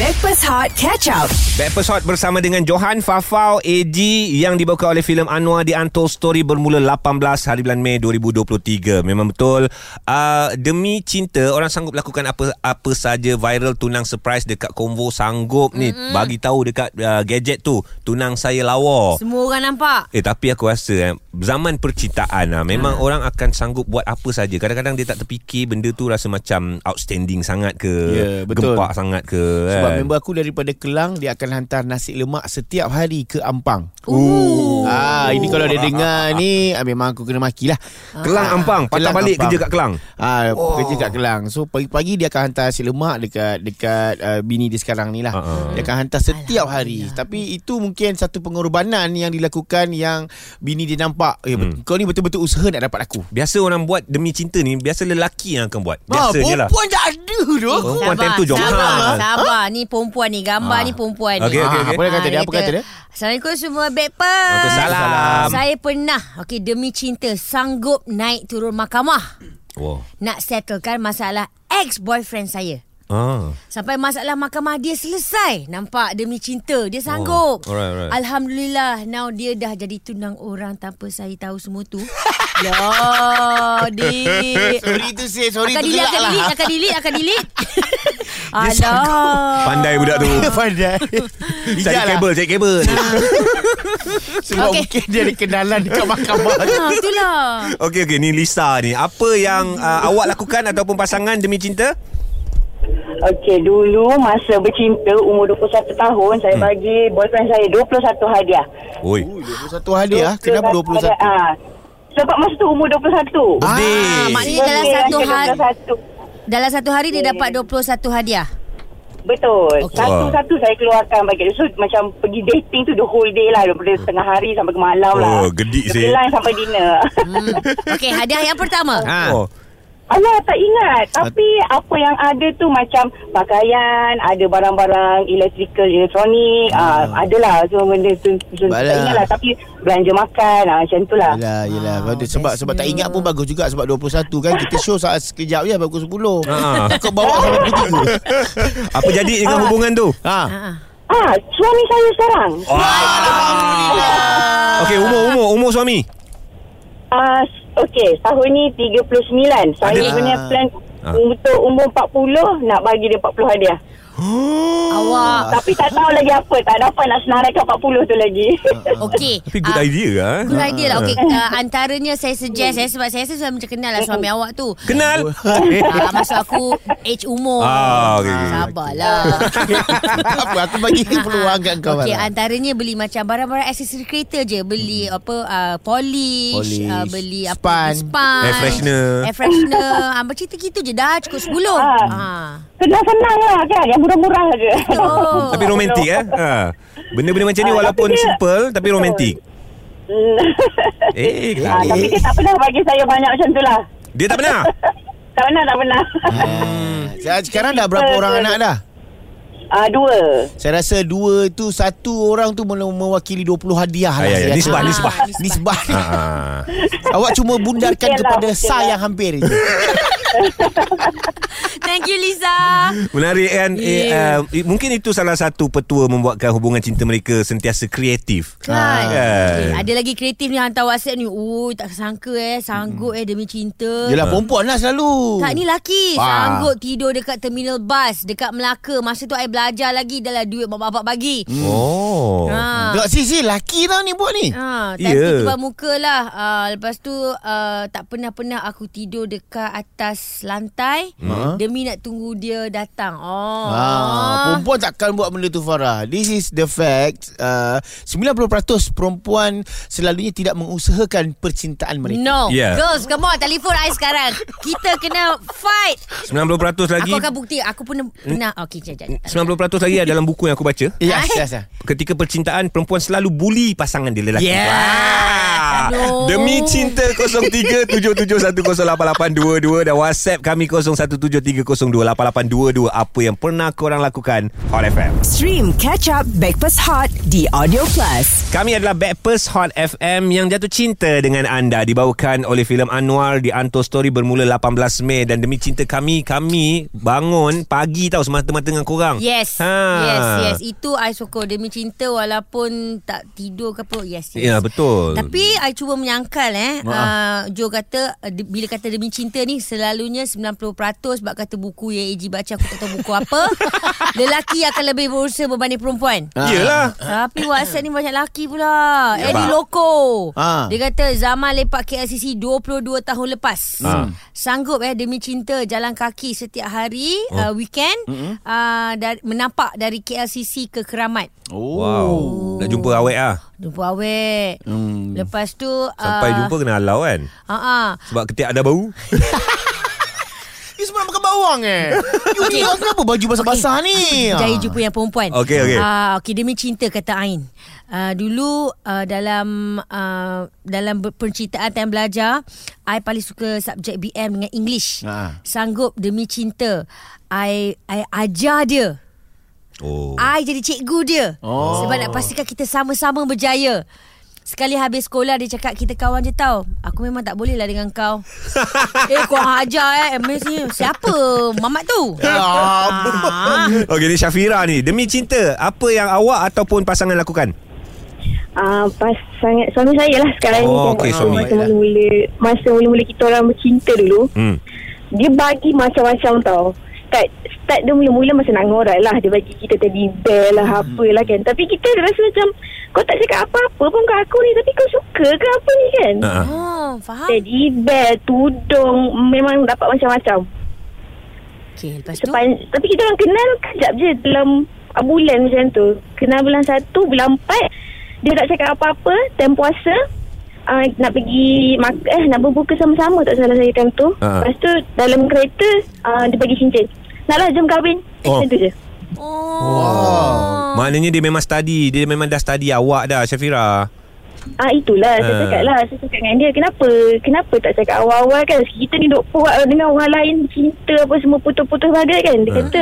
Backpass Hot Catch Up. Backpast Hot bersama dengan Johan Fafau AG yang dibawakan oleh filem Anwar di Untold Story bermula 18 hari bulan Mei 2023. Memang betul uh, demi cinta orang sanggup lakukan apa apa saja viral tunang surprise dekat konvo sanggup ni mm-hmm. bagi tahu dekat uh, gadget tu tunang saya lawa. Semua orang nampak. Eh tapi aku rasa eh, zaman percintaan ah memang ha. orang akan sanggup buat apa saja. Kadang-kadang dia tak terfikir benda tu rasa macam outstanding sangat ke, Ya, betul. gempak sangat ke Sebab kan. member aku daripada Kelang Dia akan hantar nasi lemak Setiap hari ke Ampang Uh, Ooh. Ah, Ini kalau dia dengar ni ah, Memang aku kena maki lah Ah. Kelang Ampang patah Kelang, balik Ampang. kerja kat Kelang. Ah, oh. kerja kat Kelang. So pagi-pagi dia akan hantar nasi lemak dekat dekat uh, bini dia sekarang ni lah. Uh-uh. Dia akan hantar setiap hari. Tapi itu mungkin satu pengorbanan yang dilakukan yang bini dia nampak, eh hmm. kau ni betul-betul usaha nak dapat aku. Biasa orang buat demi cinta ni Biasa lelaki yang akan buat Biasanya lah Ah, perempuan tak ada tu. Perempuan time tu Johan Uh, sabar, sabar. Ni perempuan ni. Gambar Ah. ni perempuan ni. Okey, okey, Ah, okey. Apa dia kata Ah, dia? Apa kata dia? Assalamualaikum semua backpack. Waalaikumsalam. Saya pernah, okey demi cinta sanggup naik turun mahkamah Wow nak settlekan masalah ex-boyfriend saya. ah. Sampai masalah mahkamah dia selesai. Nampak demi cinta. Dia sanggup. Oh, alright, alright. Alhamdulillah. Now dia dah jadi tunang orang tanpa saya tahu semua tu. ya, dik. Sorry tu sis, sorry Akan tu delete, gelak akan lah. delete, akan delete, akan delete. sanggup. Alah. Pandai budak tu Ah. Pandai Cari Ijat lah kabel Cari kabel Sebab Okey. okay. mungkin dia ada kenalan Dekat mahkamah Ha, itulah. Okey okey Ni Lisa ni Apa yang uh, awak lakukan Ataupun pasangan demi cinta Okey, dulu masa bercinta umur 21 tahun saya hmm. bagi boyfriend saya 21 hadiah. Oi Satu hari Ya, lah Kenapa 21 Ah, sebab masa tu umur Ah, 21. Ah, Birthday maknanya dalam satu rasa hari 21. dalam satu hari dia dapat 21 hadiah. Betul. Okey. Satu-satu saya keluarkan bagi dia. So macam pergi dating tu the whole day lah daripada tengah hari sampai ke malam lah. Oh, gedik sih. Dari lunch sampai dinner. Hmm. Okey, hadiah yang pertama. Ha. oh. Alah tak ingat Tapi apa yang ada tu Macam pakaian Ada barang-barang Elektrikal, elektronik ah. Adalah Semua benda tu, tu Tak Baiklah. ingat lah Tapi Belanja makan ah, Macam tu lah Yelah, yelah. Wow, Wow, sebab sebab tak ingat pun bagus juga sebab 21 kan. Kita show saat sekejap je bagus 10. Ah. Ha. Kau bawa sampai pukul Apa jadi dengan hubungan tu 3. Ha. Ha. ah, Suami saya sekarang Okey umur umur Umur suami ah, Okay Tahun ni 39 Saya Ada- punya Ah. plan Ah. Untuk umur 40 Nak bagi dia 40 hadiah Awak. Tapi tak tahu lagi apa Tak ada apa nak senaraikan 40 tu lagi Okey. Tapi good Ah, idea lah eh. Good idea lah Okay uh, Antaranya saya suggest eh, Sebab saya sudah macam kenal lah Suami awak tu Kenal Ah, Maksud aku Age umur Ah, okey, okey. Sabarlah Ah, Tak apa aku bagi peluang kat kau. lah. Okey, Farah. antaranya beli macam barang-barang aksesori kereta je. Beli apa uh, polish, Polish, uh, beli apa span. span, Air freshener. Air freshener. ah macam gitu je dah cukup 10. Ha. Senang-senang lah kan Yang murah-murah je Oh. Tapi romantik eh ha. Benda-benda macam ni Ah, Walaupun tapi dia- simple Tapi Betul. romantik Eh kenapa Ah, tapi dia tak pernah bagi saya banyak macam tu lah. Dia tak pernah Tak pernah, tak pernah. Ah. Saya sekarang dah berapa orang anak dah? Ah, dua. Saya rasa dua tu satu orang tu mele- mewakili 20 hadiah lah. Ayah, ayah. saya rasa. Nisbah, Ah, nisbah. Nisbah. Ha. Ah. Awak cuma bundarkan Mungkin lah, kepada mungkin sah lah. yang hampir je. Thank you Lisa. Menarik kan yeah. eh, uh, i- Mungkin itu salah satu petua Membuatkan hubungan cinta mereka Sentiasa kreatif Kan Kan. okay, Ada lagi kreatif ni Hantar whatsapp ni Oh tak sangka eh Sanggup eh Demi cinta Yelah perempuan lah selalu. Tak ni laki Ah. Sanggup tidur dekat terminal bus Dekat Melaka Masa tu I belajar lagi Dalam duit bapak-bapak bagi Oh ha. Tengok si si laki tau ni buat ni. Ha, Ya. Time yeah. tu terbang muka lah uh, Lepas tu uh, Tak pernah-pernah aku tidur Dekat atas lantai Ha? Demi nak tunggu dia datang Oh Ah, perempuan takkan buat benda tu Farah. This is the fact. Uh, 90% perempuan selalunya tidak mengusahakan percintaan mereka. No Yeah. Girls come on Telefon I sekarang Kita kena fight 90% lagi Aku Hmm? akan bukti Aku pernah pernah Okey jap jap. 90% lagi dalam buku yang aku baca Yes, yes, yes. Ketika percintaan Perempuan selalu bully pasangan dia lelaki Yeah. Wah. Aduh. Demi cinta 0377108822 Dan WhatsApp kami 0173028822 apa yang pernah korang lakukan Hot FM. Stream Catch Up Backpass Hot di Audio Plus. Kami adalah Backpers Hot FM yang jatuh cinta dengan anda dibawakan oleh filem Anwar di Anto Story bermula 18 Mei dan demi cinta kami kami bangun pagi tau semata-mata dengan korang. Yes. Ha. Yes, yes. Itu I sokong demi cinta walaupun tak tidur ke apa. Yes, yes. Ya betul. Tapi I cuba menyangkal eh. Uh, Joe kata uh, de- bila kata demi cinta ni selalunya 90% sebab kata buku yang AG baca aku tak tahu buku apa. Lelaki akan lebih berusaha berbanding perempuan. Ah. Yelah. Tapi WhatsApp ni banyak laki pula. Ya, Ya, Eddie Pak. Loko. Ah. Dia kata zaman lepak KLCC 22 tahun lepas. Ah. Sanggup eh demi cinta jalan kaki setiap hari oh. uh, weekend uh, dari, menapak dari KLCC ke Keramat. Oh. Wow. Nak jumpa awek ah. Jumpa awek. Hmm. Lepas tu ah, Sampai jumpa kena halau kan. Uh, Sebab ketiak ada bau. Ni semua nak makan bawang eh. You ni orang kenapa baju basah-basah ni? Jaya jumpa yang perempuan Okey, okey. Ah, Okey demi cinta kata Ain uh, Dulu uh, dalam uh, Dalam ber- percintaan time belajar I paling suka subjek BM dengan English Ah. Ha. Sanggup demi cinta I, I ajar dia Oh. I jadi cikgu dia Oh. Sebab nak pastikan kita sama-sama berjaya Sekali habis sekolah Dia cakap kita kawan je tau Aku memang tak boleh lah dengan kau Eh kau ajar eh Amazing. Siapa Mamat tu Ya. ah. Okey ni Syafira ni Demi cinta Apa yang awak Ataupun pasangan lakukan Ah, pasangan suami saya lah sekarang ni Oh, kan. okey, Masa suami. Masa mula-mula masa mula-mula kita orang bercinta dulu, Hmm dia bagi macam-macam tau. Start start dia mula-mula masa nak ngorak lah dia bagi kita teddy bear lah Hmm. apalah kan. Tapi kita rasa macam kau tak cakap apa-apa pun kat aku ni tapi kau suka ke apa ni kan? uh-huh. Oh faham Teddy bear, tudung memang dapat macam-macam. Okay lepas tu Sepan, tapi kita orang kenal kejap je dalam ah, bulan macam tu. Kenal bulan satu, bulan empat. Dia tak cakap apa-apa. Time puasa. Uh, nak pergi mak- eh nak berbuka sama-sama tak salah saya time tu. Ah. Lepas tu dalam kereta uh, dia bagi cincin. Naklah jom kahwin. Eh, Oh. Macam tu je. Oh. Maknanya dia memang study Dia memang dah study awak dah Syafira Ah itulah saya Ah. cakap lah Saya cakap dengan dia Kenapa Kenapa tak cakap awal-awal kan Kita ni duk puat dengan orang lain Cinta apa semua putus-putus bagai kan Dia Ah. kata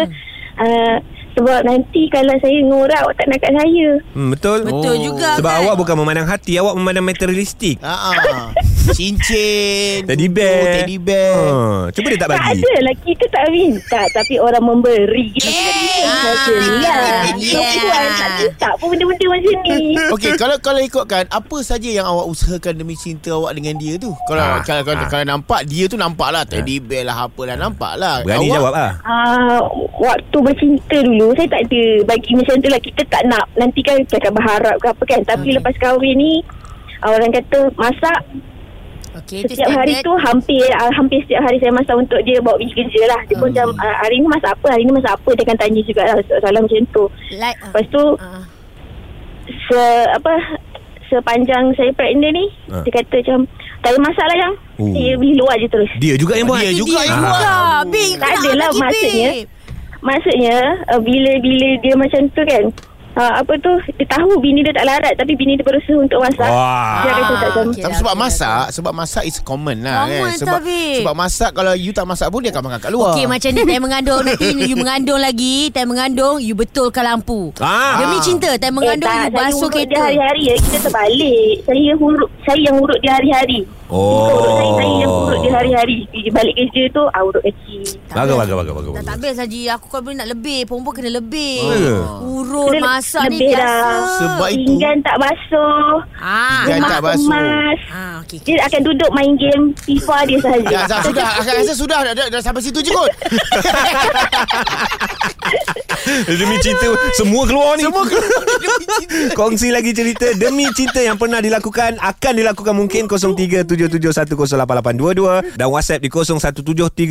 ah, Sebab nanti kalau saya ngorak Awak tak nak kat saya hmm, Betul Betul Oh. juga Sebab kan? awak bukan memandang hati Awak memandang materialistik Ah, ah. Cincin Teddy tutu, bear Oh, Teddy bear ha. Cuba dia tak Tak bagi ada lah Kita tak minta Tapi orang memberi Kita kena minta macam ni lah Yeah. Perempuan tak minta pun benda-benda macam ni Okey, kalau kalau ikutkan apa saja yang awak usahakan demi cinta awak dengan dia tu? Kalau Ah, kalau, kalau, ah. kalau nampak dia tu nampak lah teddy bear lah apalah nampak lah. Berani awak, jawab lah Uh, waktu bercinta dulu Saya tak ada Bagi macam tu lah Kita tak nak Nanti kan cakap berharap ke apa kan Tapi Okay. okay. lepas kahwin ni ah, Orang kata Masak Okey itu Setiap hari standard. tu Hampir ah, hampir setiap hari Saya masak untuk dia Bawa pergi kerja lah Dia Hmm. pun macam ah, Hari ni masak apa Hari ni masak apa Dia akan tanya juga lah Soalan macam tu like Lepas tu uh, se apa sepanjang saya pregnant ni Ah. ha. dia kata macam tak ada masalah yang Oh. dia beli luar je terus Dia Eh, juga lah. yang buat Ah. Dia juga dia yang juga. buat. Babe, Tak kau nak adalah lagi, lah maksudnya. babe. maksudnya uh, bila bila dia macam tu kan uh, apa tu dia tahu bini dia tak larat tapi bini dia berusaha untuk masak Wah dia kata tak macam Okey Tapi lah, sebab okey lah, masak Sebab masak is common lah Common kan? Sebab, tapi. sebab masak Kalau you tak masak pun Dia akan makan kat luar Okey macam ni Time mengandung Nanti you mengandung lagi Time mengandung You betulkan lampu Ah. Demi cinta Eh, Time mengandung You saya basuh urut dia kereta hari-hari ya. Kita terbalik Saya urut Saya yang urut dia hari-hari Oh. Dia urut saya Saya yang urut dia hari-hari Dia balik kerja tu ah, Urut kaki Bagus bagus bagus bagus Dah bagus. tak habis Haji Aku kan boleh nak lebih Perempuan kena lebih Oh, ya. Urut Kena masak ni lebih biasa dah. Ya. Sebab itu Pinggan tak basuh Ah, Pinggan Rumah tak basuh. kemas ah okey. Dia akan duduk main game FIFA dia sahaja Ya, Zah, sudah. Akak rasa sudah. Dah, dah, dah sampai situ je kot. Demi cinta Semua keluar ni Semua keluar demi cinta. Kongsi lagi cerita Demi cinta yang pernah dilakukan Akan dilakukan mungkin 0377108822 Dan WhatsApp di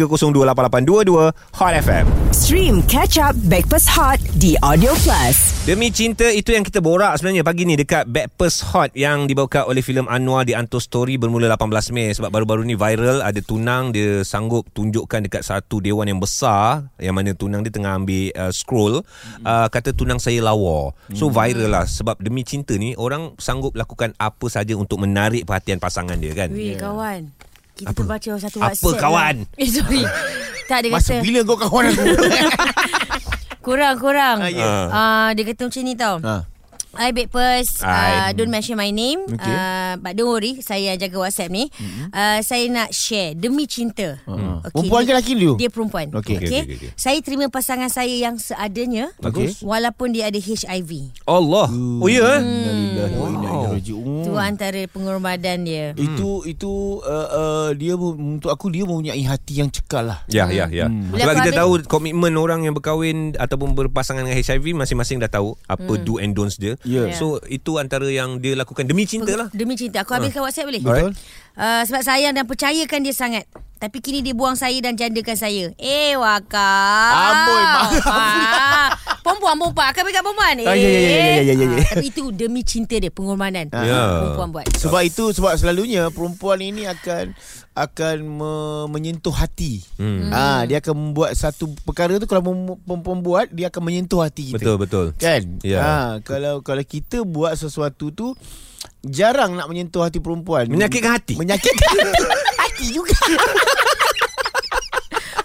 0173028822 Hot FM Stream Catch Up Backpass Hot di Audio Plus. Demi cinta itu yang kita borak sebenarnya Pagi ni dekat Backpers Hot Yang dibawakan oleh filem Anwar di Anto Story Bermula 18 Mei Sebab baru-baru ni viral Ada tunang dia sanggup tunjukkan Dekat satu dewan yang besar Yang mana tunang dia tengah ambil uh, scroll uh, Kata tunang saya lawa So viral lah Sebab demi cinta ni Orang sanggup lakukan apa saja Untuk menarik perhatian pasangan dia kan Weh kawan Kita Apa? terbaca satu Apa, WhatsApp lah. kawan? Eh sorry Tak dia Masa kata bila kau kawan aku? Kurang kurang Ah, ya. Ah. Ah, Dia kata macam ni tau ha. Hi Backpers uh, Hi. Don't mention my name Okay. okay. uh, But don't worry Saya yang jaga WhatsApp ni mm-hmm. uh, Saya nak share Demi cinta Mm. Perempuan ke lelaki dulu? Dia perempuan Okay. Okay, okay, okay. Saya terima pasangan saya yang seadanya Bagus. Walaupun dia ada HIV Allah. Oh ya. eh? Hmm. Wow. Itu Oh. antara pengorbanan dia Itu itu uh, uh, dia mem- untuk aku dia mempunyai hati yang cekal lah. Ya, ya, ya. Bila Sebab aku kita ada- tahu komitmen orang yang berkahwin ataupun berpasangan dengan HIV masing-masing dah tahu apa do and don'ts dia. Ya. So itu antara yang dia lakukan demi cinta lah. Demi cinta Ah. Aku habiskan WhatsApp boleh Betul. Uh, sebab sayang dan percayakan dia sangat tapi kini dia buang saya dan jandakan saya. Eh, Waka. Amboi, maaf. Ah, perempuan, perempuan. Akan pegang perempuan. Eh. Ah, ya, ya, ya, ya, ya, ya, ya. Ah, tapi itu demi cinta dia, pengorbanan. Ah, Ya. Perempuan buat. Sebab itu sebab selalunya perempuan ini akan akan me, menyentuh hati. Hmm. Ha, dia akan membuat satu perkara tu kalau mem- perempuan buat dia akan menyentuh hati Betul, kita. betul. Kan? Ya. Ha, kalau kalau kita buat sesuatu tu jarang nak menyentuh hati perempuan. Menyakitkan hati. Menyakitkan hati. hati juga.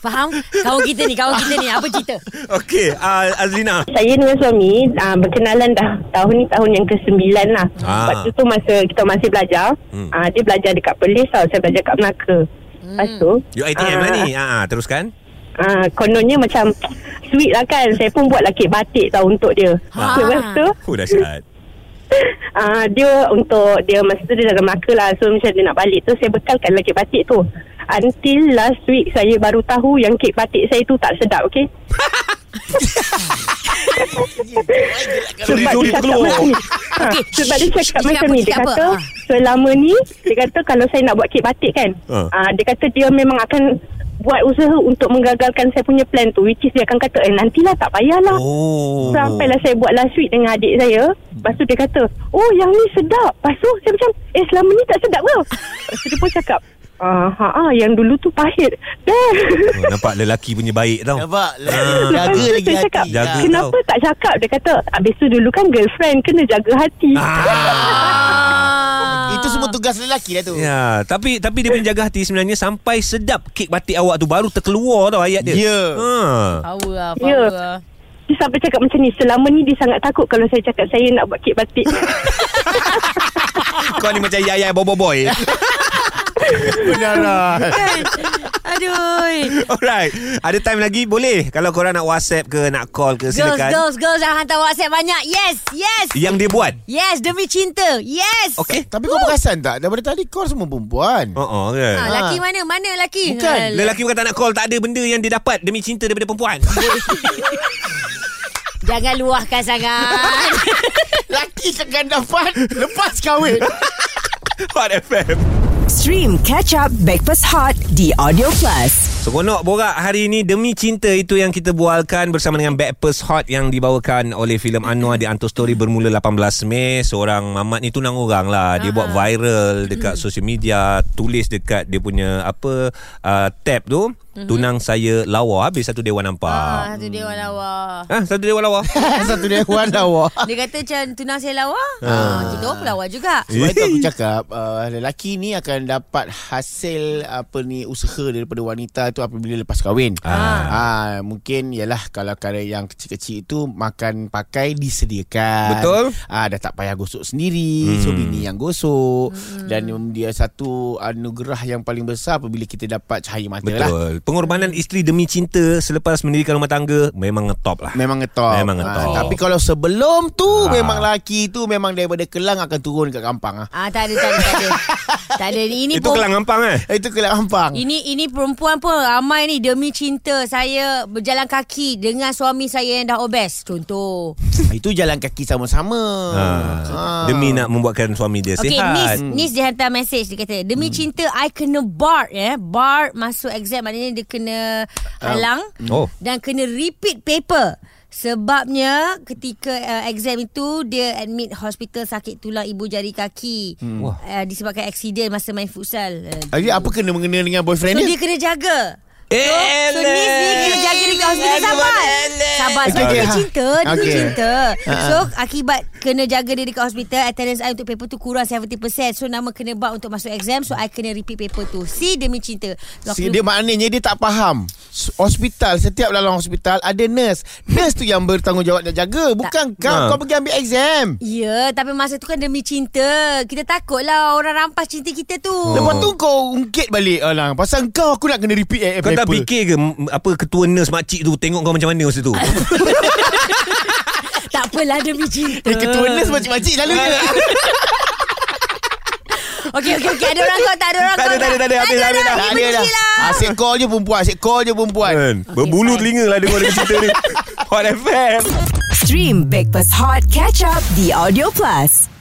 Faham? Kawan kita ni, kawan kita ni. Apa cerita? Okey, uh, Azlina. Saya dengan suami uh, berkenalan dah tahun ni tahun yang ke-9 lah. Ah. Ah. Waktu tu masa kita masih belajar, Hmm. hmm. uh, dia belajar dekat Perlis tau, saya belajar kat Melaka. Hmm. Lepas tu, UiTM lah ni. Ha, teruskan. Uh, kononnya macam sweet lah kan. Saya pun buat lah kek batik tau untuk dia. Ah. Ha. Lepas tu, Oh, dahsyat. Ah dia untuk dia masa tu dia dalam Melaka lah so macam dia nak balik tu saya bekalkan lah kek batik tu until last week saya baru tahu yang kek batik saya tu tak sedap okay Sorry, sorry, dia cakap terkeluar. macam ni ha, Okey, Sebab dia shh, cakap shh, macam cakap ni apa, Dia cakap kata Ah. apa? Selama ni Dia kata kalau saya nak buat kek batik kan Ha. uh. Dia kata dia memang akan Buat usaha untuk menggagalkan saya punya plan tu Which is dia akan kata Eh nantilah tak payahlah Oh. Sampailah saya buat last week dengan adik saya Lepas tu dia kata Oh yang ni sedap Lepas tu saya macam Eh selama ni tak sedap ke Lepas tu dia pun cakap Ah, ha, ah, yang dulu tu pahit. Dah. Oh, nampak lelaki punya baik tau. Nampak? Ah. Jaga lagi Saya hati. cakap, Jaga Kenapa tak cakap? Dia kata, habis tu dulu kan girlfriend kena jaga hati. Ah. Itu semua tugas lelaki lah tu. Ya, tapi tapi dia punya jaga hati sebenarnya sampai sedap kek batik awak tu baru terkeluar tau ayat dia. Ya. Ha. Power lah, power Ya. lah. Dia sampai cakap macam ni Selama ni dia sangat takut Kalau saya cakap saya nak buat kek batik Kau ni macam yayai bobo boy. Benar lah. Kan? Aduh. Alright. Ada time lagi boleh kalau korang nak WhatsApp ke nak call ke Girls, silakan. girls, girls. Jangan hantar WhatsApp banyak. Yes, yes. Yang dia buat. Yes, demi cinta. Yes. Okey. Tapi kau perasan tak? Daripada tadi kau semua perempuan. Oh, oh kan. Ah, laki mana? Mana laki? Bukan. Ah, Lelaki bukan tak nak call Tak ada benda yang dia dapat Demi cinta daripada perempuan Jangan luahkan sangat. Laki cakap dapat lepas kahwin. Hot FM Stream Catch Up Backpass Hot di Audio Plus. Seronok borak hari ini Demi Cinta itu yang kita bualkan Bersama dengan Backpers Hot Yang dibawakan oleh filem Anwar Di Anto Story bermula 18 Mei Seorang mamat ni tunang orang lah Dia Ah. buat Hmm. viral dekat social media Tulis dekat dia punya apa uh, Tab tu Mhm. Tunang saya lawa Habis satu dewan ah, nampak satu dia orang lawa. Ah, satu dewan lawa Satu dewan lawa. Dia kata macam tunang saya lawa. Ah, kita orang pun lawa juga. Sebab itu Eh. aku cakap uh, Lelaki ni akan dapat hasil Apa ni Usaha daripada wanita tu Apabila lepas kahwin ah. Ah, Mungkin Yalah Kalau kalau yang kecil-kecil itu Makan pakai disediakan Betul. ah, Dah tak payah gosok sendiri hmm. So bini yang gosok hmm. Dan um, dia satu Anugerah yang paling besar Apabila kita dapat cahaya mata lah Betul Pengorbanan isteri demi cinta Selepas mendirikan rumah tangga Memang ngetop lah Memang ngetop Memang ngetop. Ah. Ah, Tapi kalau sebelum tu Memang lelaki tu Memang daripada Kelang Akan turun ke Kampang ah. Ah, tak ada, tak ada, tak ada. tak ada. Ini Itu pun kelang ampang eh Itu Kelang Kampang ini ini perempuan pun ramai ni demi cinta saya berjalan kaki dengan suami saya yang dah obes contoh. Ah, Itu jalan kaki sama-sama. ha. Ha. Demi nak membuatkan suami dia Ah. Okey sihat Nis Nis dia hantar message dia kata demi cinta I kena bar ya. Bar masuk exam maknanya dia kena halang Oh. dan kena repeat paper. Sebabnya ketika uh, exam itu dia admit hospital sakit tulang ibu jari kaki hmm. Wah. uh, disebabkan aksiden masa main futsal. Uh, Jadi apa kena mengena dengan so boyfriend dia dia? kena jaga. Eh, So ni ni kena jaga dekat hospital sabar. Sabar sebab Okey, okay. dia ha. cinta, dia Okey. okay. cinta. Ha, So akibat kena jaga dia dekat hospital, attendance I untuk paper tu kurang 70%. So nama kena buat untuk masuk exam, so I kena repeat paper tu. C demi cinta. So, Si- Dia maknanya dia tak faham S- Hospital Setiap dalam hospital Ada nurse Nurse tu yang bertanggungjawab Dan jaga Bukan kau Ha. Kau pergi ambil exam Ya, tapi masa tu kan demi cinta. Kita takutlah orang rampas cinta kita tu. Lepas tu kau ungkit balik Alang Pasal Oh. kau aku nak kena repeat eh, Kau tak paper. fikir ke m- apa ketua nurse makcik tu tengok kau macam mana masa tu? Tak apalah demi cinta. Eh ketua nurse makcik-makcik lalu ke Okey okey okey ada orang kot tak ada orang Tak ada, kot. tak ada, tak ada. Tak Habis, ada habis dah. orang. Ni benci lah. Ah, Asyik call je perempuan Asyik call je perempuan Kan? Berbulu fine. telinga lah dengar dia cerita ni. Hot FM. Stream Breakfast Hot Catch Up The Audio Plus.